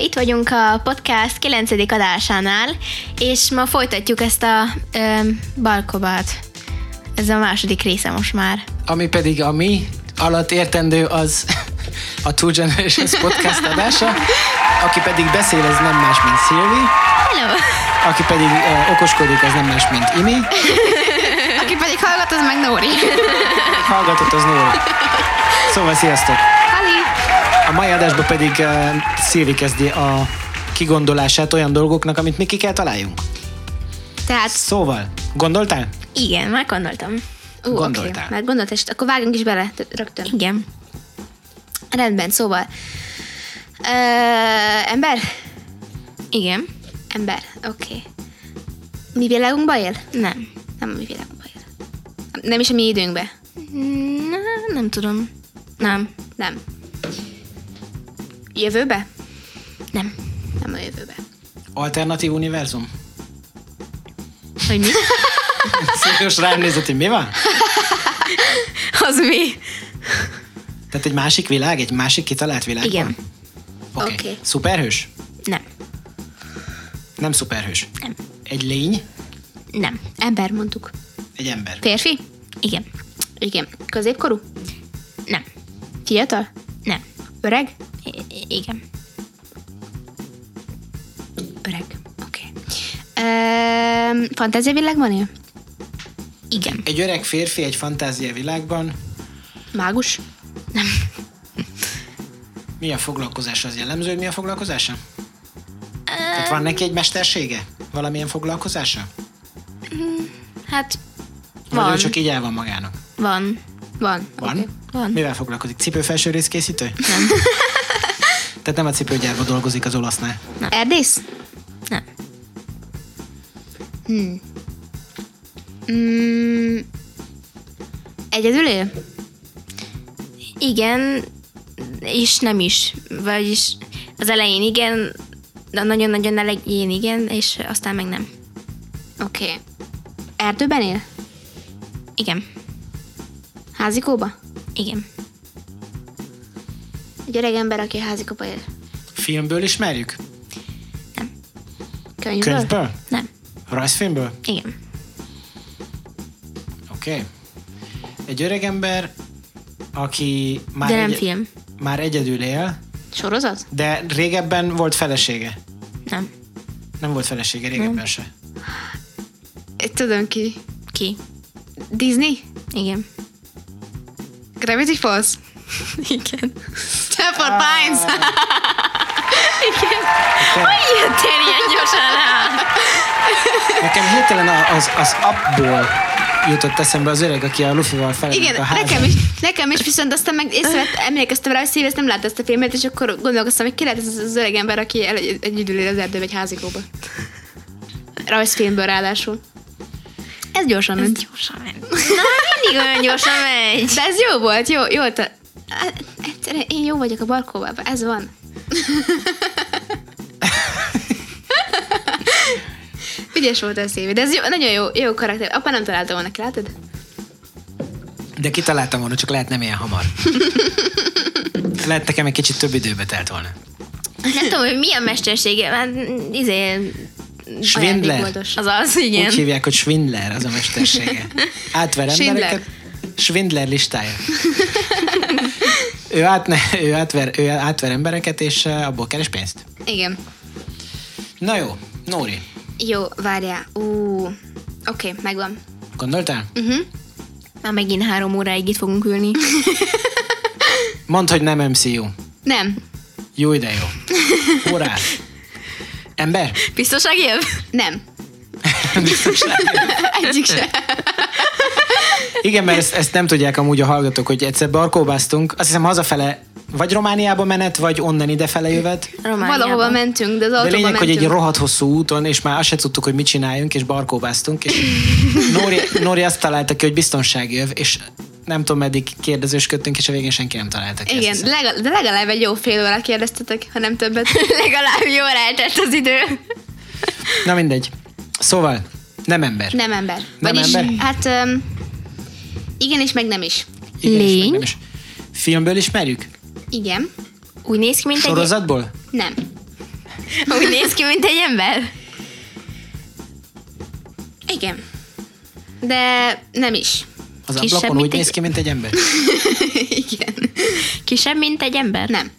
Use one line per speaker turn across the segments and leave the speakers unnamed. itt vagyunk a podcast 9. adásánál, és ma folytatjuk ezt a ö, balkobát. Ez a második része most már.
Ami pedig a mi alatt értendő az a Two Generations podcast adása, aki pedig beszél, az nem más, mint Szilvi,
Hello!
aki pedig ö, okoskodik, az nem más, mint Imi,
Aki pedig hallgat, az meg Nóri.
hallgatott az Nóra. Szóval sziasztok!
Hali!
A mai adásban pedig uh, Szilvi kezdi a kigondolását olyan dolgoknak, amit mi ki kell találjunk.
Tehát,
Szóval, gondoltál?
Igen, már gondoltam.
ú, oké,
Gondoltál.
már gondoltál, és akkor vágjunk is bele t- rögtön.
Igen.
Rendben, szóval. Ö, ember?
Igen.
Ember, oké. Mi világunkban él?
Nem.
Nem a mi világunkban él. Nem is a mi időnkben.
Na, Mm, nem tudom. Nem.
Nem. Jövőbe?
Nem.
Nem a jövőbe.
Alternatív univerzum?
Hogy mi?
Szilvius rám nézett, hogy mi van?
Az mi?
Tehát egy másik világ, egy másik kitalált világ?
Igen.
van? Oké. Okay.
Oké.
Okay. Szuperhős?
Nem.
Nem szuperhős.
Nem.
Egy lény,
Nem.
Ember mondtuk.
egy ember.
Férfi?
Igen.
Igen. Középkorú?
Nem.
Fiatal?
Nem.
Öreg?
I- i- igen.
Öreg. Oké. Okay. Fantázia világban él?
Igen.
Egy öreg férfi egy fantázia világban.
Mágus?
Mi a foglalkozása? Az jellemző, hogy mi a foglalkozása? Tehát van neki egy mestersége? Valamilyen foglalkozása?
Hát
Vagy
Van.
ő csak így el van magának?
van.
Van.
Van?
Oké.
Van.
Mivel foglalkozik? Cipőfelső részkészítő? Nem. Tehát nem a cipőgyárban dolgozik az olasznál.
Erdész?
Nem.
Hm. Mm, egyedül él?
Igen, és nem is. Vagyis az elején igen, de nagyon-nagyon elején igen, és aztán meg nem.
Oké. Okay. Erdőben él?
Igen.
Házikóba?
Igen.
Egy öreg ember, aki házikóba él.
Filmből ismerjük?
Könyvből?
Könyvből?
Nem.
Rajzfilmből?
Igen.
Oké. Okay. Egy öreg ember, aki már,
De nem
egy-
film.
már egyedül él,
Sorozat?
de régebben volt felesége.
Nem.
Nem volt felesége régebben nem. se.
Tudom ki.
Ki?
Disney?
Igen.
Gravity Falls?
Igen. Ah.
Stanford Pines?
Nekem,
Jöttél ilyen gyorsan rá!
nekem hirtelen a- az, az abból jutott eszembe az öreg, aki a Luffy-val felment
Igen,
a házba.
nekem is, nekem is, viszont aztán meg észrevet, emlékeztem rá, hogy Szilvesz nem látta ezt a filmet, és akkor gondolkoztam, hogy ki lehet ez az öreg ember, aki el, egyedül él az erdőbe egy házikóba. Rajzfilmből ráadásul. Ez gyorsan ment.
Gyorsan ment. Na, mindig olyan gyorsan megy.
De ez jó volt, jó, jó. Ta, Hát, egyszerűen én jó vagyok a barkóvában, ez van. Ügyes volt ez Szilvi, de ez jó, nagyon jó, jó karakter. Apa nem találta volna ki, látod?
De kitaláltam volna, csak lehet nem ilyen hamar. lehet nekem egy kicsit több időbe telt volna.
Nem tudom, hogy mi a mestersége, hát izé...
Schwindler.
Ajándékoldos.
Az az,
Úgy
igen.
hívják, hogy Schwindler az a mestersége. Átver
Schindler.
embereket. Schwindler listája. ő, átne, ő, átver, ő átver embereket, és eh, abból keres pénzt.
Igen.
Na jó, Nóri,
Jó, várjál. Ú, oké, megvan.
gondoltál?
Mhm.
Már megint három óráig itt fogunk ülni.
Mondd, hogy nem MCU.
Nem,
Jó ide jó. Hurrá! Ember?
Biztoság jön?
nem.
Biztos nem.
Egyik sem.
Igen, mert ezt, ezt nem tudják amúgy a hallgatók, hogy egyszer barkóbáztunk. Azt hiszem hazafele vagy Romániába menet, vagy onnan idefele jövet.
Romániában.
Valahova mentünk, de az
De
autóba
lényeg, hogy
mentünk.
egy rohadt hosszú úton, és már azt se tudtuk, hogy mit csináljunk, és barkóbáztunk, és Nóri, Nóri azt találta ki, hogy biztonsági jöv, és nem tudom, meddig kérdezősködtünk, és a végén senki nem találta ki.
Igen,
ezt
de
hiszem.
legalább, de legalább egy jó fél óra kérdeztetek, ha nem többet.
Legalább jól eltelt az idő.
Na mindegy. Szóval, nem ember.
Nem ember.
Nem
Vagyis,
ember?
hát um, igen és meg nem is.
Igen, és meg
Lény.
nem is. Filmből ismerjük?
Igen,
Úgy néz ki, mint
Sorozatból?
nem.
Úgy néz ki, mint egy ember.
Igen. De nem is.
Az
Kisebb,
ablakon
mint
úgy
egy-
néz ki, mint egy ember.
Igen.
Kisebb, mint egy ember?
Nem.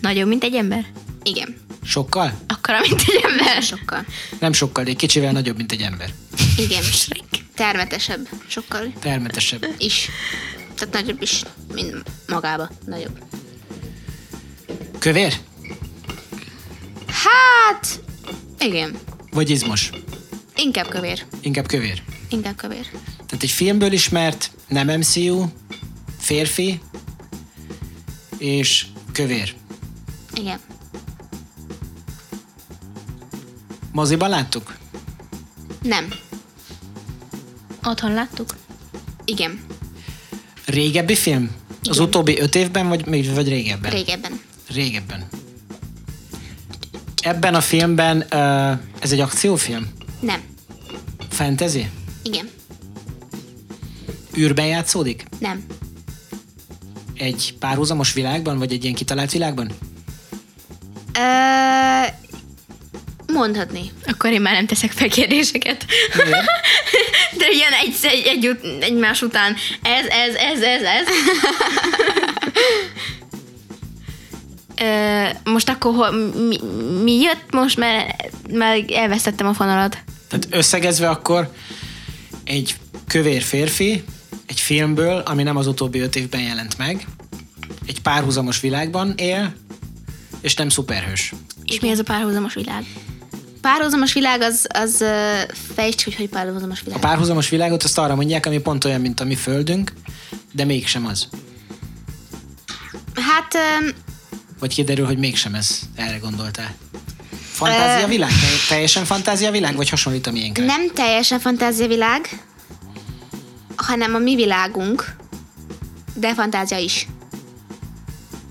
Nagyobb, mint egy ember?
Igen.
Sokkal?
Akkora, mint egy ember?
Sokkal.
Nem sokkal, de egy kicsivel nagyobb, mint egy ember.
Igen. Termetesebb. Sokkal
Termetesebb.
is. Tehát nagyobb is, mint magába. Nagyobb.
Kövér?
Hát, igen.
Vagy izmos?
Inkább kövér.
Inkább kövér.
Inkább kövér.
Tehát egy filmből ismert, nem MCU, férfi, és kövér.
Igen.
Moziban láttuk?
Nem.
Otthon láttuk?
Igen.
Régebbi film? Az utóbbi öt évben, vagy, még- vagy régebben?
Régebben.
Régebben. Ebben a filmben ö, ez egy akciófilm?
Nem.
Fantasy?
Igen.
űrben játszódik?
Nem.
Egy párhuzamos világban, vagy egy ilyen kitalált világban?
Ö, mondhatni.
Akkor én már nem teszek fel kérdéseket. De jön egy, egy, egy, ut- egymás után. Ez, ez, ez, ez, ez. Ö, most akkor hol, mi, mi jött most, mert, mert elvesztettem a fonalat.
Tehát összegezve akkor egy kövér férfi egy filmből, ami nem az utóbbi öt évben jelent meg, egy párhuzamos világban él, és nem szuperhős.
És mi ez a párhuzamos világ?
Párhuzamos világ az, az ö, fejtsd, hogy hogy párhuzamos
A
világ.
párhuzamos világot azt arra mondják, ami pont olyan, mint a mi földünk, de mégsem az.
Hát, ö,
Vagy kiderül, hogy mégsem ez. Erre gondoltál. Fantázia világ? Te- Teljesen fantázia világ? Vagy hasonlít a miénkre?
nem teljesen fantáziavilág, hanem a mi világunk, de fantázia is.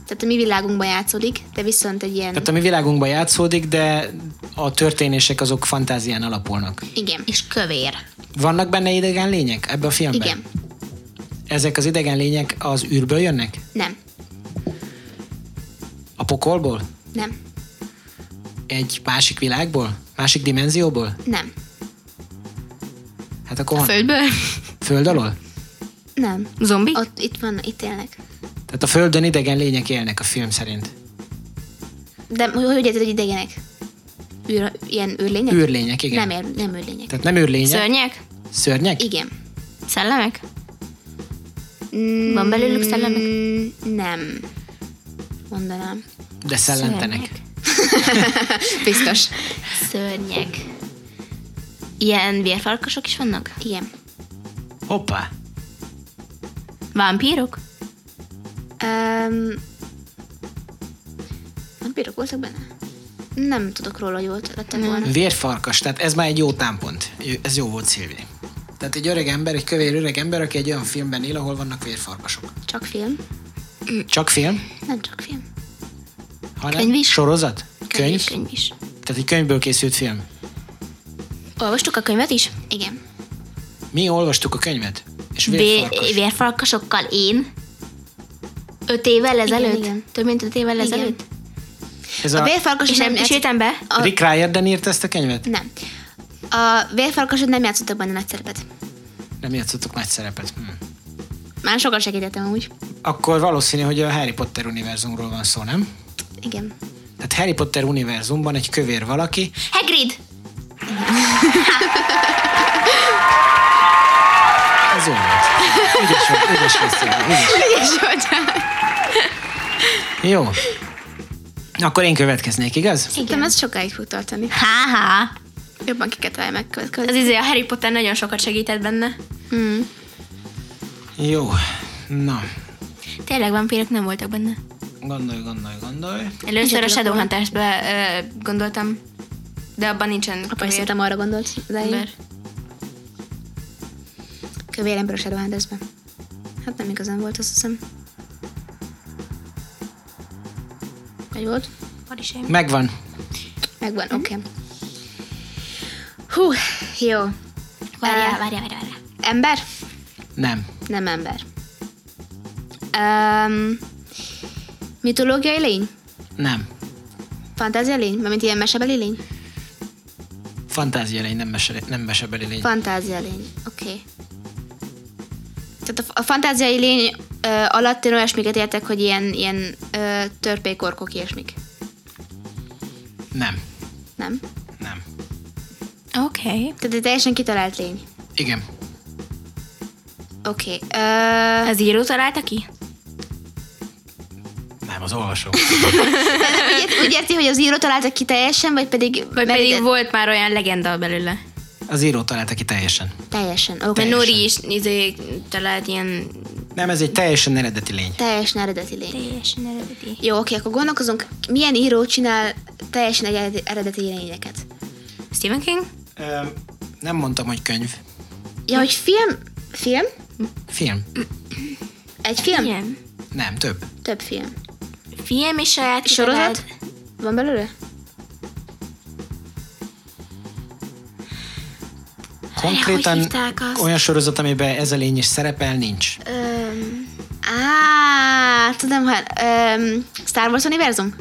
Tehát a mi világunkban játszódik, de viszont egy ilyen...
Tehát a mi világunkban játszódik, de a történések azok fantázián alapulnak.
Igen.
És kövér.
Vannak benne idegen lények ebben a filmben?
Igen.
Ezek az idegen lények az űrből jönnek?
Nem.
A pokolból?
Nem.
Egy másik világból? Másik dimenzióból?
Nem.
Hát akkor hon-
Földből?
Föld alól?
Nem.
Zombi?
Ott, itt van, itt élnek.
Tehát a földön idegen lények élnek a film szerint.
De hogy hogy érted, hogy idegenek? Űr, ilyen űrlények?
Űrlények, igen.
Nem, ér, nem űrlények.
Tehát nem űrlények,
Szörnyek?
szörnyek?
Igen.
Szellemek? Van belőlük szellemek?
Mm, nem. Mondanám.
de szellentenek.
Szörnyek.
Biztos.
Szörnyek. Ilyen vérfarkasok is vannak?
Igen.
Hoppá!
Vámpírok?
Um, vampírok voltak benne? Nem tudok róla, hogy volt lettek volna.
Vérfarkas, tehát ez már egy jó támpont. Jó- Ez jó volt, Szilvi. Tehát egy öreg ember, egy kövér öreg ember, aki egy olyan filmben él, ahol vannak vérfarkasok.
Csak film?
Csak film?
Nem csak film.
Hanem
Könyv is?
Sorozat? Könyv?
Könyv is.
Tehát egy könyvből készült film.
Olvastuk a könyvet is?
Igen.
Mi olvastuk a könyvet? És
Vérfarkas.
vérfarkas.
Vérfarkasokkal én? Öt évvel ezelőtt?
igen.
Több mint öt évvel
Igen.
ezelőtt?
Ez
A
a,
vérfarkas
És
nem
nem is
játszott...
ültem be?
a-
Rick Riordan írta ezt a könyvet?
Nem. A vérfarkasod nem játszottak benne nagy szerepet.
Nem játszottuk nagy szerepet. Hm.
Már sokat segítettem amúgy.
Akkor valószínű, hogy a Harry Potter univerzumról van szó, nem?
Igen.
Tehát Harry Potter univerzumban egy kövér valaki,
Hagrid!
ez ő volt. Ügyes volt, ügyes volt, Szilvi, ügyes.
Ügyes voltál.
Jó. Akkor én következnék, igaz?
Szerintem ez sokáig fog tartani.
Ha-ha!
Jobban kiket találj meg
Az
következő.
izé, a Harry Potter nagyon sokat segített benne.
Mm.
Jó. Na,
Tényleg vampírok nem voltak benne.
gondolj, gondolj, gondolj.
Először a
tudok
Shadowhunters-be ö, gondoltam, de abban nincsen
Apa is
kövér
szerintem arra gondolt. Az elején.
ember.
Kövér ember a Shadowhuntersben. Hát nem igazán volt, azt hiszem. Vagy volt?
Body shaming.
Megvan.
Megvan, oké. Okay. Hú, jó.
Várjál,
Eh,
várjál, várjál, várjál.
Ember?
Nem.
Nem ember. Um, mitológiai lény?
Nem.
Fantázia lény? Mármint ilyen mesebeli lény?
Fantázia lény, nem, mese, nem mesebeli lény.
Fantázia lény. Oké. Okay. Tehát a, a fantáziai lény ö, alatt én olyasmiket értek, hogy ilyen, ilyen ö, törpékorkok, ilyesmik.
Nem.
Nem?
Nem.
Oké. Okay.
Tehát egy teljesen kitalált lény.
Igen.
Oké. Okay. Ö,
Az író találta ki?
Nem, az olvasó.
Úgy- Úgy érti, hogy az író találta ki teljesen, vagy pedig...
Vagy
mert
pedig
ide-
volt már olyan legenda belőle.
Az író találta ki teljesen.
Teljesen, oké.
Mert
Okay.
Nori is izé, talált ilyen
Nem, ez egy teljesen eredeti lény.
Teljesen eredeti lény.
teljesen eredeti.
Jó, oké, akkor gondolkozunk, milyen író csinál teljesen eredeti- eredeti lényeket.
Stephen King?
Ö, nem mondtam, hogy könyv.
Ja, hogy film... Film?
Film.
Egy film?
Igen.
Nem, több.
Több film.
Film és saját
Sorozat?
kitalált-
Van belőle?
Hogy
Konkrétan
hívták azt?
olyan sorozat, amiben ez a lény is szerepel, nincs.
Öm... Á, tudom, ha... Öm... Star Wars univerzum?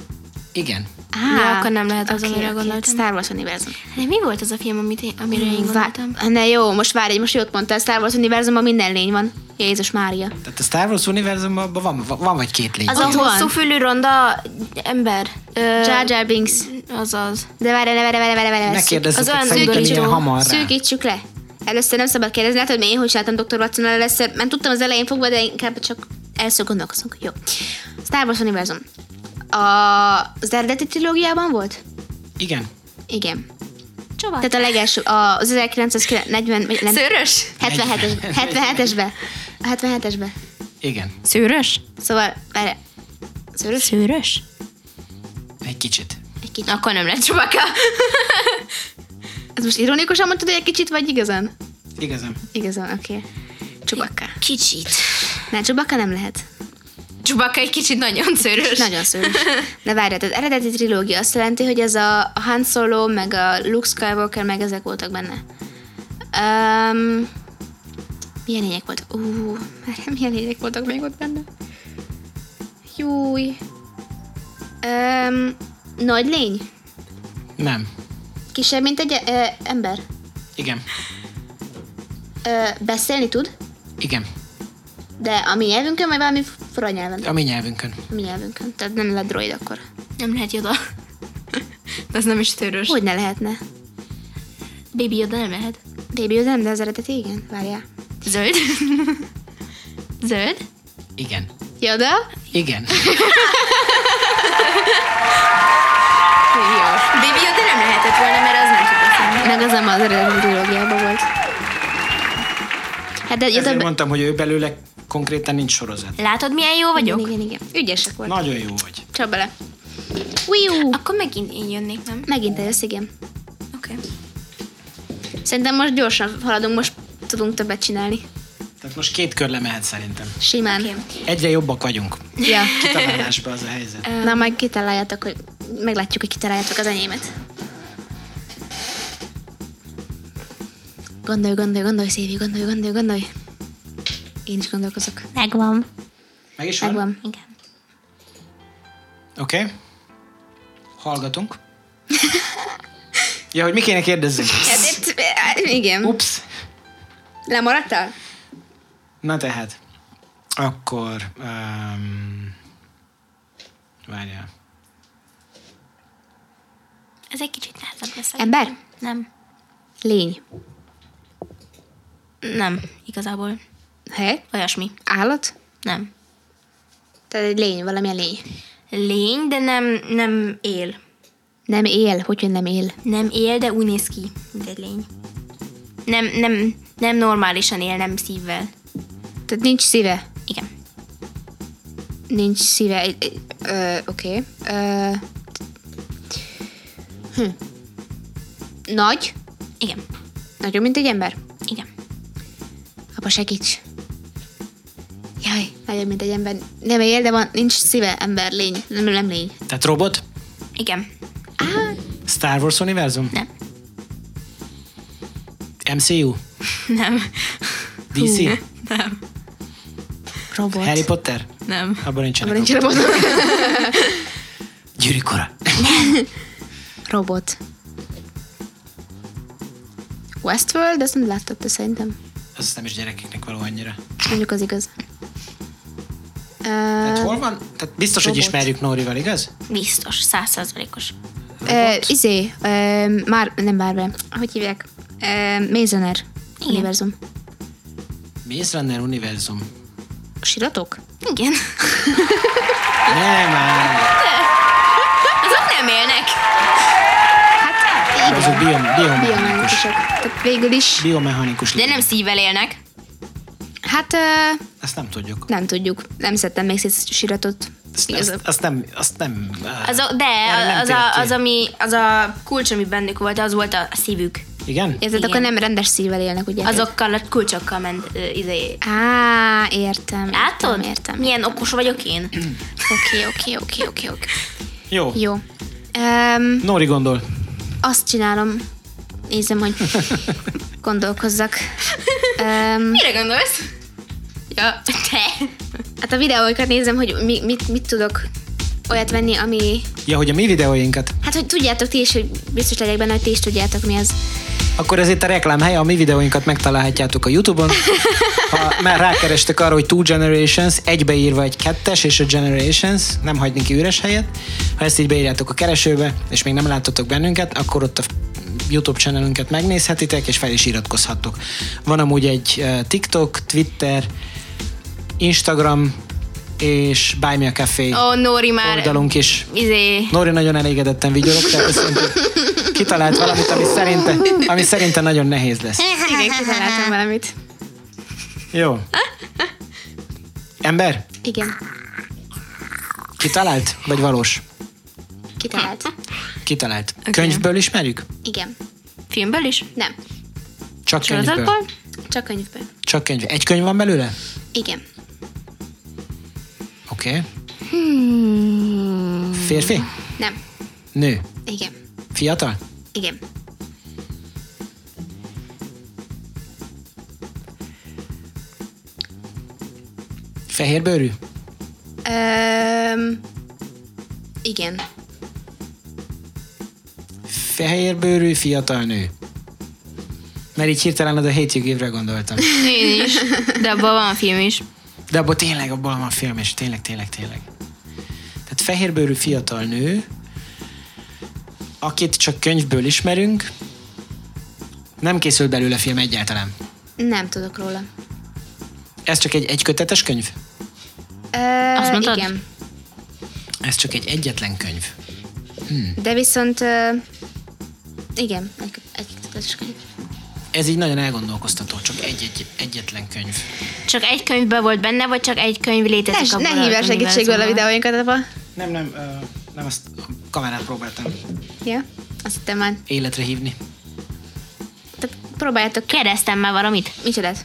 Igen.
Á,
Ja, akkor nem lehet az,
oké,
amire
oké,
gondoltam.
Star Wars univerzum.
De mi volt az a film, amit én, amire én gondoltam?
Vá- ne jó, most várj, most jót mondtál, Star Wars univerzumban minden lény van. Jézus Mária.
Tehát a Star Wars univerzumban abban van, van, van vagy két lény.
Az
Ott
a
van.
hosszú fülű ronda ember. Ö,
Jar Jar Binks.
Az az.
De várj, ne, várj, várj, várj, várj.
Ne
várj,
kérdezzetek
olyan
szerintem
szűkítsük-
ilyen hamar rá.
Szűkítsük le. Először nem szabad kérdezni, hát, hogy én hogy csináltam Dr. watson először, mert tudtam az elején fogva, de inkább csak először gondolkozunk. Jó. Star Wars univerzum. A, az eredeti trilógiában volt?
Igen.
Igen.
Csaba.
Tehát a legelső, a- az 1940, vagy nem,
Szőrös?
77-es, 77-esbe. A 77-esbe.
Igen.
Szőrös?
Szóval, várj, szörös?
Szőrös?
Egy kicsit.
Egy kicsit.
Akkor nem lett csubaka.
Ez most ironikusan mondtad, hogy egy kicsit, vagy igazán?
Igazam.
Igazán, oké. Okay. Csubakka.
Kicsit.
Ne, Csubakka nem lehet.
Csubaka egy kicsit nagyon szőrös.
Nagyon szörös. Na várjad, az eredeti trilógia azt jelenti, hogy ez a Han Solo, meg a Luke Skywalker, meg ezek voltak benne. Um, milyen lények voltak? Ú, már milyen lények voltak még ott benne? Júj. Um, nagy lény?
Nem.
Kisebb, mint egy ö, ember?
Igen.
Ö, beszélni tud,
Igen.
de a mi nyelvünkön, vagy valami fura nyelven?
A mi nyelvünkön.
A mi nyelvünkön. Tehát nem lett droid akkor.
Nem lehet Yoda. De az nem is szőrös.
Hogy ne lehetne?
Baby Yoda nem lehet.
Baby Yoda nem, de az eredeti igen. Várjál.
Zöld. Zöld.
Igen.
Yoda?
Igen.
Jó.
Baby Yoda nem lehetett volna, mert az nem tudott lenni.
Meg az nem az eredeti trilógiában volt. Hát de
Ezért
jutott
mondtam, hogy ő belőle konkrétan nincs sorozat.
Látod, milyen jó vagyok?
Igen, igen, igen. Ügyesek volt.
Nagyon jó vagy.
Csap bele. Wiu!
Akkor megint én jönnék, nem?
Megint te jössz, igen.
Oké. Okay.
Szerintem most gyorsan haladunk, most tudunk többet csinálni.
Tehát most két kör lemehet szerintem.
Simán.
Oké.
Egyre jobbak vagyunk.
Ja.
Kitalálásban az a helyzet.
Na, majd kitaláljátok, hogy meglátjuk, hogy kitaláljátok az enyémet. Gondolj, gondolj, gondolj, Szévi, gondolj, gondolj, gondolj. Én is gondolkozok.
Megvan.
Meg is van?
Megvan.
Igen.
Oké. Okay. Hallgatunk. ja, hogy mi kéne kérdezzünk?
Hát itt, igen.
Ups.
Lemaradtál?
Na tehát. Akkor... Um, várjál.
Ez egy kicsit nehezabb lesz.
Ember?
Nem.
Lény.
Nem, igazából.
Hely?
Olyasmi.
Állat?
Nem.
Tehát egy lény, valamilyen lény.
Lény, de nem, nem él.
Nem él, hogy hogy nem él.
Nem él, de úgy néz ki, mint egy lény. Nem, nem, nem normálisan él, nem szívvel.
Tehát nincs szíve.
Igen.
Nincs szíve. Egy- egy- ö, Oké. Ö, hm. Nagy?
Igen.
Nagyobb, mint egy ember?
Igen.
Apa, segíts. Jaj, nagyobb, mint egy ember. Nem él, de van, nincs szíve, ember, lény. Nem, nem lény.
Tehát robot?
Igen.
Á,
Star Wars univerzum?
Nem.
MCU?
Nem.
DC?
Nem.
robot.
Harry Potter?
Nem.
Abban nincsenek.
Abban nincs
robot.
robot.
Gyűrűk ura.
Robot. Westworld, ezt nem láttad te szerintem.
Azt nem is gyerekeknek való annyira.
Mondjuk az igaz.
Tehát
Uh,
hol van? Tehát biztos, hogy
Robot.
ismerjük Nórival, igaz?
Biztos, százszázalékos.
uh, izé, uh, már, nem Marvel. Hogy hívják? Uh, Maze Runner. Univerzum.
Maze Runner univerzum.
Siratok?
Igen.
Nem már!
Azok nem élnek.
Hát,
Azok biom, biomechanikus.
biománkusok. Tehát végül is.
Biomechanikus.
De
lé-
nem szívvel élnek.
Hát uh,
Ezt nem tudjuk.
nem tudjuk. Nem szedtem még szét siratot.
Ezt,
Igaz.
ezt, azt nem... Azt nem
Az a, de
erre nem
az, a,
térek
az,
ki.
ami, az a kulcs, ami bennük volt, az volt a szívük.
Igen?
Érted,
Igen.
akkor nem rendes szívvel élnek, ugye?
Azokkal a kulcsokkal ment ö, izé, ide.
Á, értem.
Látod?
Értem, értem.
Milyen okos vagyok én?
Oké, oké, oké, oké, oké.
Jó.
Jó. Um,
Nóri gondol.
azt csinálom, nézem, hogy gondolkozzak. Um,
Mire gondolsz? Ja, te.
hát a videóikat nézem, hogy mi, mit, mit tudok olyat venni, ami...
Ja, hogy a mi videóinkat.
Hát, hogy tudjátok ti is, hogy biztos legyek benne, hogy ti is tudjátok, mi az.
Akkor ez itt a reklám helye, a mi videóinkat megtalálhatjátok a Youtube-on. Ha már rákerestek arra, hogy Two Generations, egybeírva egy kettes és a Generations, nem hagyni ki üres helyet. Ha ezt így beírjátok a keresőbe, és még nem láttatok bennünket, akkor ott a YouTube channelünket megnézhetitek, és fel is iratkozhattok. Van amúgy egy eh, TikTok, Twitter, Instagram és Buy Me a Café
Ó, Nóri már...
oldalunk is.
Izé...
Nóri nagyon elégedetten vigyorog, tehát azt mondja, kitalált valamit, ami szerinte, ami szerinte nagyon nehéz lesz.
Igen, kitaláltam valamit.
Jó. Ember,
Igen,
kitalált? Vagy valós?
kitalált.
Kitalált. Könyvből ismerjük?
Igen.
Filmből is?
Nem,
Csak könyvből.
Sorozatból?
csak könyvből.
Csak könyv. Egy könyv van belőle?
Igen.
Oké. Okay. Férfi?
Nem.
Nő?
Igen.
Fiatal?
Igen.
Fehérbőrű?
Öm, igen.
Fehérbőrű, fiatal nő. Mert így hirtelen az a hétjük évre gondoltam.
Én is. De abban van film is.
De abból tényleg, abból van film, és tényleg, tényleg, tényleg. Tehát fehérbőrű fiatal nő, akit csak könyvből ismerünk, nem készült belőle film egyáltalán.
Nem tudok róla.
Ez csak egy egykötetes könyv?
Ö,
Azt mondtad?
Igen.
Ez csak egy egyetlen könyv.
De viszont... Ö, igen, egy, egy kötetes könyv.
Ez így nagyon elgondolkoztató, csak egy, egy egyetlen könyv.
Csak egy könyvben volt benne, vagy csak egy könyv létezik
Ne,
abban szóval?
ne hívj el
az
segítségből a
univerzumban?
videóinkat, apa.
Nem, nem, ö, nem azt a kamerát próbáltam
Ja, azt hittem már.
életre hívni.
Te próbáljátok ki.
Kérdeztem már valamit.
Micsodát?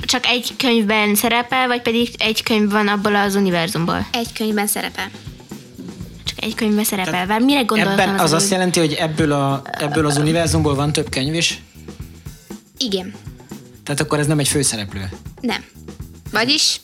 Csak egy könyvben szerepel, vagy pedig egy könyv van abból az univerzumból?
Egy könyvben szerepel.
Csak egy könyvben szerepel. Vár, mire gondoltam?
Ebben az
előbb?
azt jelenti, hogy ebből, a, ebből az univerzumból van több könyv is,
Igen.
tehát akkor ez nem egy főszereplő.
Nem. Vagyis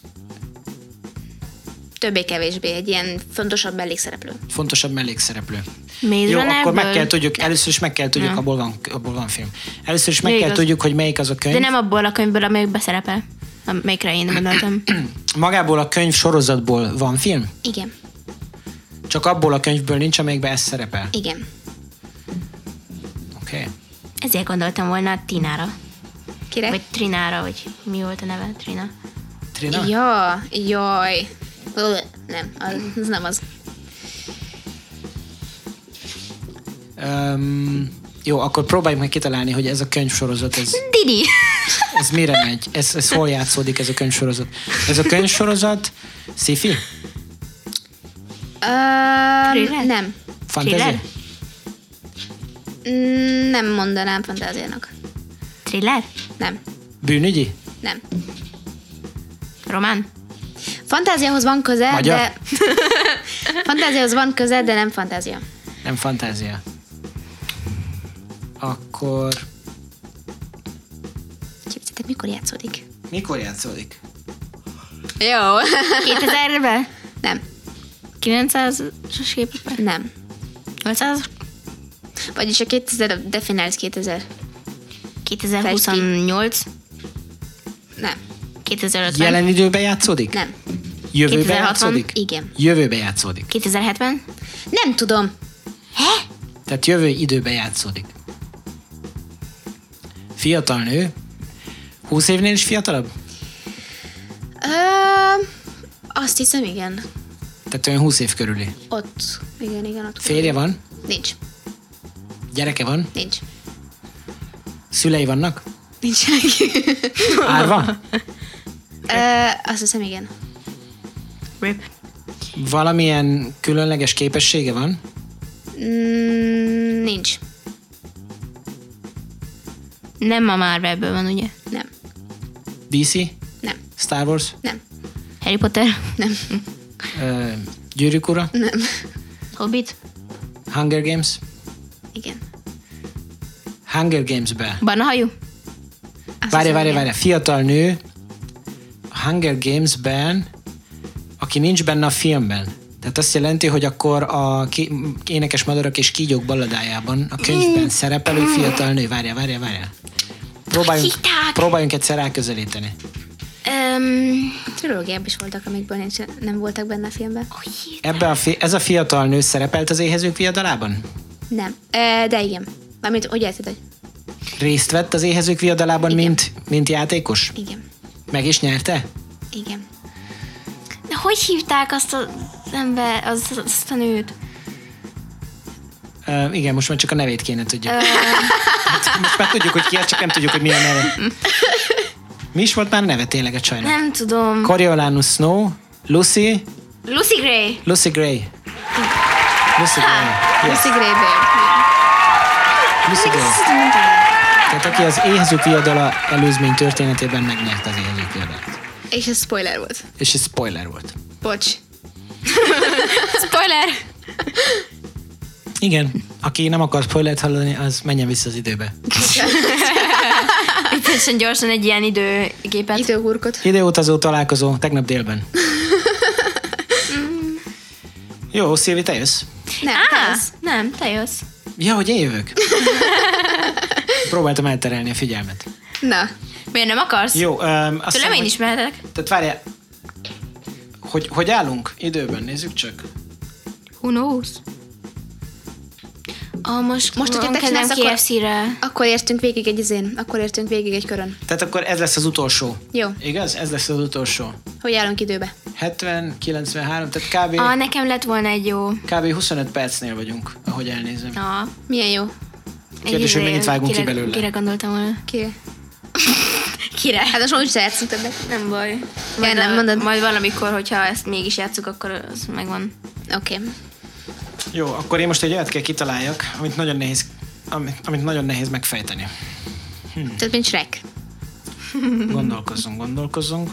többé-kevésbé egy ilyen fontosabb mellékszereplő.
fontosabb mellékszereplő.
Maze
Jó, akkor meg
Runnerből?
kell tudjuk, először is meg kell tudjuk,
Nem.
abból van, abból van film. Először is meg
Végig
kell
az-
tudjuk, hogy melyik az a könyv.
De nem abból a könyvből, amelyikben szerepel. Amelyikre én gondoltam.
Magából a könyv sorozatból van film?
Igen.
Csak abból a könyvből nincs, amelyikben ez szerepel.
Igen.
Oké. Okay.
Ezért gondoltam volna a Tinára.
Kire?
Vagy Trinára, vagy mi volt a neve? Trina.
Trina?
Ja, jaj. Ö, Nem, az, az nem az.
Um, jó, akkor próbáljuk meg kitalálni, hogy ez a könyvsorozat, ez,
Didi!
ez mire megy? Ez, ez hol játszódik ez a könyvsorozat? Ez a könyvsorozat sci-fi?
Öm,
Thriller?
nem.
Fantasy?
Thriller?
Mm, Nem mondanám fantáziának.
Thriller?
Nem.
Bűnügyi?
Nem.
Román?
Fantáziához van köze,
Magyar?
de... fantáziához van köze, de nem fantázia.
Nem fantázia. Akkor
Képzeljétek, mikor játszódik?
mikor játszódik?
Jó.
2000-ben?
nem.
900-as években?
Nem. 500? Vagyis a 2000, definálsz 2000.
2028,
Nem.
2050,
Jelen időben játszódik?
Nem.
Jövőben
2060?
játszódik?
Igen.
Jövőben játszódik.
2070,
Nem tudom.
Tehát jövő időben játszódik. Fiatal nő. 20 évnél is fiatalabb?
Ö, azt hiszem, igen.
Tehát olyan 20 év körüli.
Ott. Igen, igen, ott.
Férje van?
Nincs.
Gyereke van?
Nincs.
Szülei vannak?
Nincs senki.
Árva?
Ö, azt hiszem, igen.
RIP.
Valamilyen különleges képessége van?
Mm, nincs.
Nem a Marvelből van, ugye?
Nem.
DC?
Nem.
Star Wars?
Nem.
Harry Potter,
Nem.
Ö, Gyűrűk ura?
Nem.
Hobbit,
Hunger Games?
Igen.
Hunger Games-be.
Barna hajú,
Azt
Várja,
hiszem,
várja,
igen.
várja. Fiatal nő a Hunger Games-ben, aki nincs benne a filmben. Tehát azt jelenti, hogy akkor a ki, énekes madarak és kígyók balladájában a könyvben szerepelő fiatal nő. Várja, várja, várja. Próbáljunk,
Hiták!
próbáljunk egyszer elközelíteni.
Öm,
Trilógiában is voltak, amikből nincs, nem voltak benne a filmben.
oh, hi-
Ebben a fi, ez a fiatal nő szerepelt az éhezők viadalában?
Nem. Ö, de igen. Mármint, hogy érted, hogy
Részt vett az éhezők viadalában, mint, mint játékos?
igen.
Meg is nyerte?
Igen.
de hogy hívták azt az ember, az, azt a nőt?
Uh, igen, most már csak a nevét kéne tudjuk. Hát most már tudjuk, hogy ki az, csak nem tudjuk, hogy mi a neve. Mi is volt már neve tényleg a csajnak?
Nem tudom.
Coriolanus Snow, Lucy,
Lucy Gray.
Lucy Gray. Lucy Gray. Yes,
Lucy Gray Bear.
Lucy Gray. Tehát aki az éhezők viadala előzmény történetében megnyerte az éhezők viadalát.
És ez spoiler volt.
És ez spoiler volt.
Bocs.
Spoiler!
Igen, aki nem akar spoilert hallani, az menjen vissza az időbe.
Teljesen gyorsan egy ilyen időgépet.
Időhurkot.
Ideutazó találkozó, tegnap délben. Jó, Szilvi, te jössz?
Nem,
Á,
ah.
nem, te jössz.
Ja, hogy én jövök? Próbáltam elterelni a figyelmet.
Na.
Miért nem akarsz?
Jó, um, azt
Tőlem én
hogy-
is mehetek.
Tehát várjál, hogy, hogy állunk időben? Nézzük csak.
Who knows? Ah, most,
Most, hogyha te
kedvem
csinálsz, akkor-
KFC-re.
Akkor értünk végig egy izén. Akkor értünk végig egy körön.
Tehát akkor ez lesz az utolsó.
Jó.
Igaz? Ez lesz az utolsó.
Hogy állunk időbe?
70, 93, tehát kb.
Ah, nekem lett volna egy jó.
kb. 25 percnél vagyunk, ahogy elnézem.
Ah,
Milyen jó.
Kérdés, hogy mennyit vágunk ki belőle.
izé- Kire gondoltam volna?
Ki?
Kire?
Hát most úgy se játszunk többet.
Nem baj.
Ja, nem
a-
mondod.
Majd valamikor, hogyha ezt mégis játszuk, akkor az megvan.
Oké. Okay.
Jó, akkor én most egy olyat kell kitaláljak, amit nagyon nehéz, amit, amit nagyon nehéz megfejteni.
Tehát mint Shrek.
Gondolkozzunk, gondolkozzunk.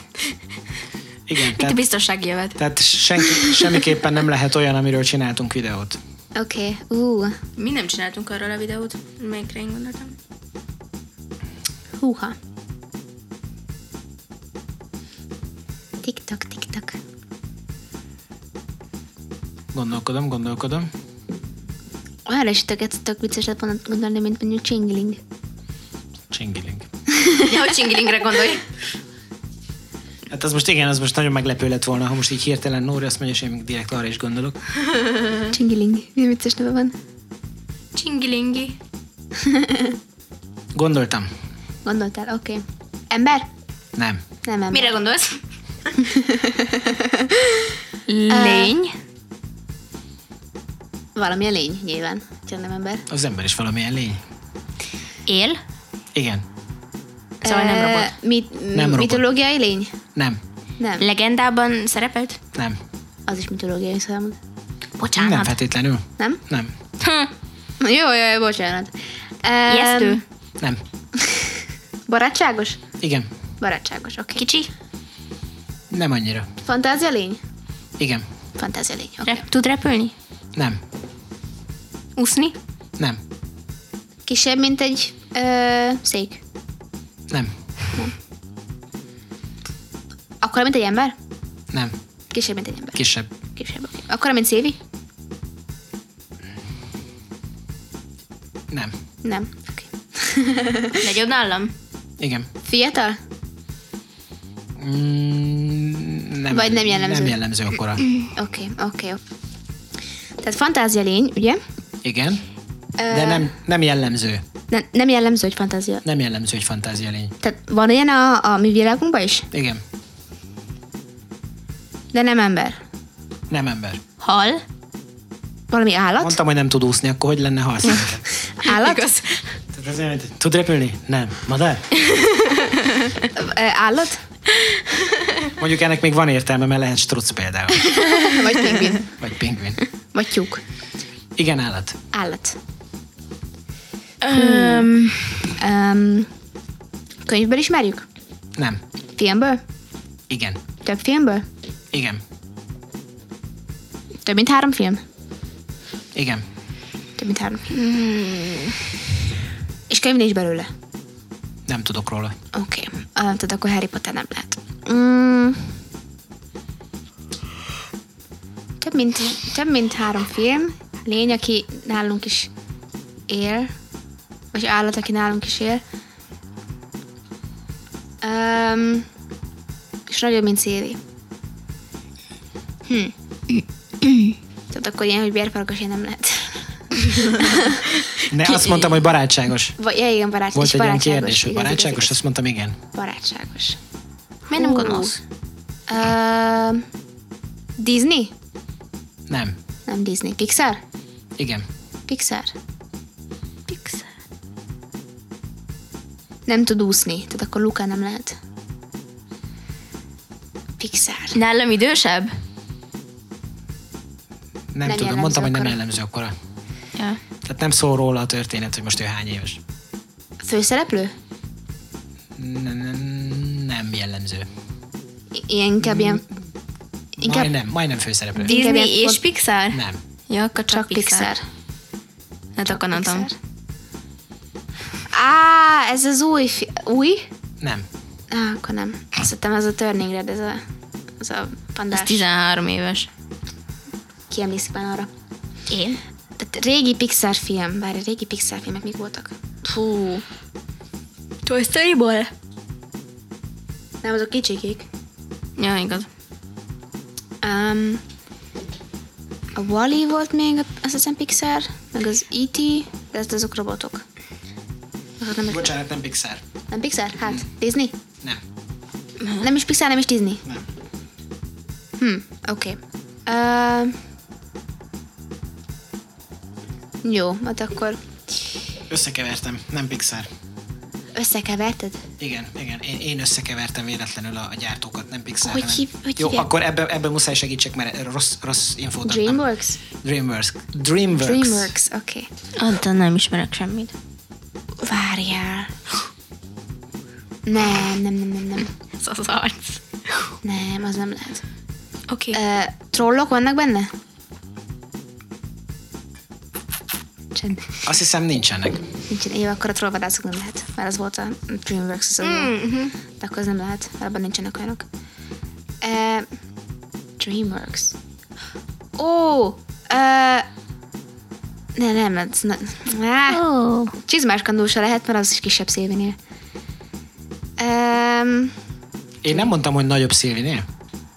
Igen,
Itt a
tehát
biztonsági jövet.
Tehát senki, semmiképpen nem lehet olyan, amiről csináltunk videót.
Oké. Okay. Ú.
Mi nem csináltunk arról a videót, melyikre én gondoltam.
Húha. Tiktak, tiktak.
Gondolkodom, gondolkodom.
Arra is tök, tök vicces lett volna gondolni, mint mondjuk Csingling.
Csingiling.
Ja, hogy csinglingre gondolj.
Hát az most igen, az most nagyon meglepő lett volna, ha most így hirtelen Nóri azt mondja, és én még direkt arra is gondolok.
Csingling. Milyen vicces neve van?
Csinglingi.
Gondoltam.
Gondoltál, oké. Okay. Ember?
Nem.
Nem ember.
Mire gondolsz? Lény.
Valamilyen lény, nyilván. Csak nem ember.
Az ember is valamilyen lény.
Él.
Igen.
Szóval nem
Ö,
robot.
Mit,
Nem
nem
robot.
mitológiai lény?
Nem.
Nem.
Legendában szerepelt?
Nem.
Az is mitológiai számod.
Bocsánat.
Nem feltétlenül.
Nem?
Nem.
Hm,
Jó, jó, jó, bocsánat. Em,
Ijesztő.
Nem.
Barátságos?
Igen.
Barátságos, oké. Okay.
Kicsi.
Nem annyira.
Fantázia lény?
Igen.
Fantázia lény, oké.
Rep- tud repülni?
Nem.
Úszni?
Nem.
Kisebb, mint egy ö, szék.
Nem.
Akkor, mint egy ember?
Nem.
Kisebb, mint egy ember.
Kisebb.
Kisebb, oké. Akkor, mint Szévi?
Nem.
Nem. Okay.
Nagyobb nálam?
Igen.
Fiatal?
Mm, nem,
Vagy nem jellemző.
Nem jellemző akkora.
Oké, okay, oké. Okay. Tehát fantázia lény, ugye?
Igen. De nem, nem jellemző.
Ne, nem jellemző, hogy fantázia.
Nem jellemző, hogy fantázia lény.
Tehát van ilyen a, a mi világunkban is,
Igen.
de nem ember.
Nem ember.
Hal?
Valami állat?
Mondtam, hogy nem tud úszni, akkor hogy lenne ha szerinted?
Állat?
Igaz.
Tehát ez olyan, hogy Tud repülni? Nem. Madár?
Ö, Állat?
Mondjuk ennek még van értelme, mert lehet struc például.
Vagy pingvin?
Vagy pingvin.
Vagy tyúk?
Igen, állat.
Állat.
Öm,
Um, könyvből ismerjük?
Nem.
Filmből?
Igen.
Több filmből?
Igen.
Több mint három film?
Igen.
Több mint három. Hmm. És könyv nincs belőle?
Nem tudok róla.
Oké. Okay. Tehát akkor Harry Potter nem lehet. Mm. Több mint, több mint három film. Lény, aki nálunk is él, vagy állat, aki nálunk is él. Um, és nagyobb, mint Széli. Hm. Tehát akkor ilyen, hogy bérfarkas én nem lehet.
Ne, azt mondtam, hogy barátságos.
Vagy, ja, igen, barát,
Volt
és
egy ilyen
barátságos.
kérdés, hogy
igaz, igaz,
barátságos,
igaz.
azt mondtam igen.
Barátságos.
Miért nem
Hú.
gonosz?
Öm, Disney?
Nem.
Nem Disney. Pixar?
Igen.
Pixar.
Pixar.
Nem tud úszni, tehát akkor Luca nem lehet. Pixar.
Nálam idősebb?
Nem,
Nem
tudom,
jellemző
mondtam, hogy nem
akkora.
jellemző akkora.
Ja.
Tehát nem szól róla a történet, hogy most ő hány éves.
Főszereplő?
Nem, nem jellemző.
I- Ilyen inkább
Mm,
ilyen... Inkább
Majdnem, majdnem főszereplő.
Di-
Disney
Inkább
és
ilyen-
Pixar?
nem.
Ja, akkor csak,
csak Pixar.
Hát akkor nem tudom.
Pixar. Á, ez az új... Fi- új?
Nem.
Á, akkor nem. Azt hittem ez a Turning Red, ez a, ez a
Ez
pandás.
13 éves.
Ki emlékszik már arra?
Én?
Tehát régi Pixar film. Várj, régi Pixar filmek mik voltak? Hú.
Toy Story-ból?
Nem, azok kicsikék.
Ja, igaz.
Um, a Wall-E volt még, azt hiszem Pixar, meg az E.T., de ezt azok robotok. Azok nem,
Bocsánat, nem Pixar.
nem Pixar? Hát, Disney?
Nem.
Nem is Pixar, nem is Disney.
Nem.
Hm, oké. Okay. Uh, jó, hát akkor
Összekevertem. Nem Pixar.
összekeverted?
Igen, igen. Én, én összekevertem véletlenül a, a gyártókat, nem Pixar.
Hogy
hanem-
hív- hogy
Jó,
hívják?
akkor ebben ebbe muszáj segítsek, mert rossz, rossz infót adtam.
Dreamworks?
Dreamworks. Dreamworks.
Dreamworks, oké. Okay.
Attól nem ismerek semmit.
Várjál. Nem, nem, nem, nem, nem.
Ez az arc.
Nem, az nem lehet.
Oké.
Ö, trollok vannak benne? Csend.
Azt hiszem nincsenek.
Nincsen. Jó, akkor a trollvadászok nem lehet. Mert az volt a Dreamworks az
Hmm. mhm.
mm-hmm. De akkor az nem lehet, mert abban nincsenek olyanok. Ö, Dreamworks. Ó! Ö, ne, nem, ez ne, ne.
Ó.
Csizmás kandó se lehet, mert az is kisebb szélvinél. Um,
Én nem mondtam, hogy nagyobb Szilvinél.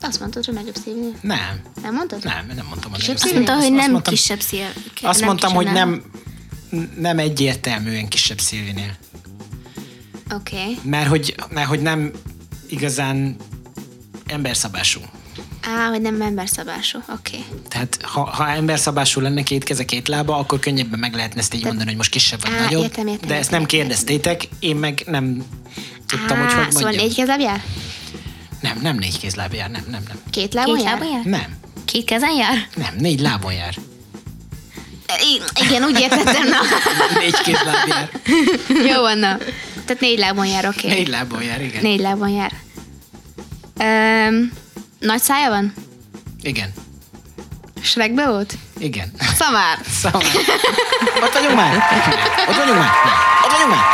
azt mondtad, hogy nagyobb szélvinél.
Nem.
Nem mondtad?
Nem, én nem mondtam, hogy
Kisebb
nagyobb
Azt
Szilvi.
mondta, hogy
Azt-
nem
azt mondtam-
kisebb szél.
Azt mondtam,
kisebb
hogy nem, nem egyértelműen kisebb Szilvinél.
Oké. Okay.
Mert hogy, mert hogy nem igazán emberszabású.
Á, hogy nem emberszabású. Oké. Okay.
Tehát ha, ha emberszabású lenne két keze, két lába, akkor könnyebben meg lehetne ezt így mondani, hogy most kisebb vagy
Á,
nagyobb.
értem, értem,
de ezt
értem,
nem
értem.
kérdeztétek, én meg nem tudtam,
Á,
hogy hogy
Szóval
mondjam.
négy kezebb jár?
Nem, nem négy kézláb jár, nem, nem, nem.
Két lábon
Két
jár?
lábon jár?
Nem,
Két kezen jár?
nem, négy lábon jár.
I- igen, úgy értettem, na.
Négy kézláb jár.
Jó van, na. Tehát négy lábon jár, oké.
Négy lábon jár, igen.
Négy lábon jár. Öm, nagy szája van?
Igen,
Shrekbe volt?
igen.
Szamár.
Szóval... Ott vagyunk már! Ott vagyunk már! Ott vagyunk már!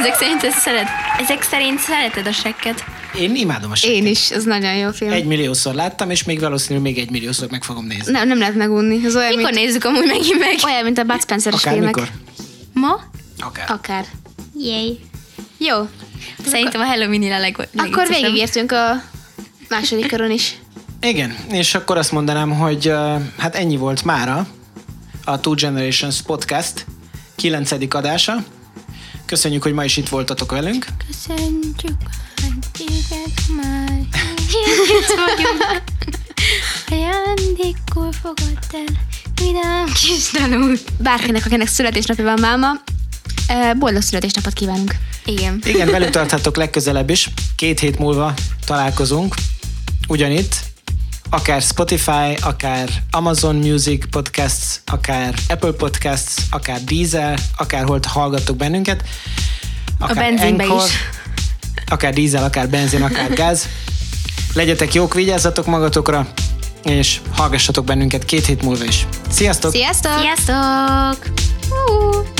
Ezek szerint, ez szeret, ezek szerint szereted a sekket.
Én imádom a sejtet.
Én is, ez nagyon jó film.
Egy milliószor láttam, és még valószínűleg még egy milliószor meg fogom nézni.
Nem, nem lehet megunni. Ez olyan,
Mikor
mint,
nézzük amúgy megint meg?
olyan, mint a Bud Spencer-es filmek.
Akármikor.
Ma?
Akár.
Akár.
Jéj.
Jó.
Szerintem a Halloween a leg,
Akkor
legviccesebb.
végigértünk a második körön is.
Igen, és akkor azt mondanám, hogy ö, hát ennyi volt mára a Two Generations Podcast 9. adása. Köszönjük, hogy ma is itt voltatok velünk.
Köszöntjük a téged már. Itt vagyunk. Ajándékkor fogadt el vidám kis dalút.
Bárkinek, akinek születésnapja van máma, eh, boldog születésnapot kívánunk.
Igen.
Igen, velünk tarthatok legközelebb is. Két hét múlva találkozunk. Ugyanitt, akár Spotify, akár Amazon Music Podcasts, akár Apple Podcasts, akár Deezer, akárhol hallgattok bennünket.
benzinbe is.
Akár dízel, akár benzin, akár gáz. Legyetek jók, vigyázzatok magatokra, és hallgassatok bennünket két hét múlva is. Sziasztok!
Sziasztok!
Sziasztok! Uh-huh.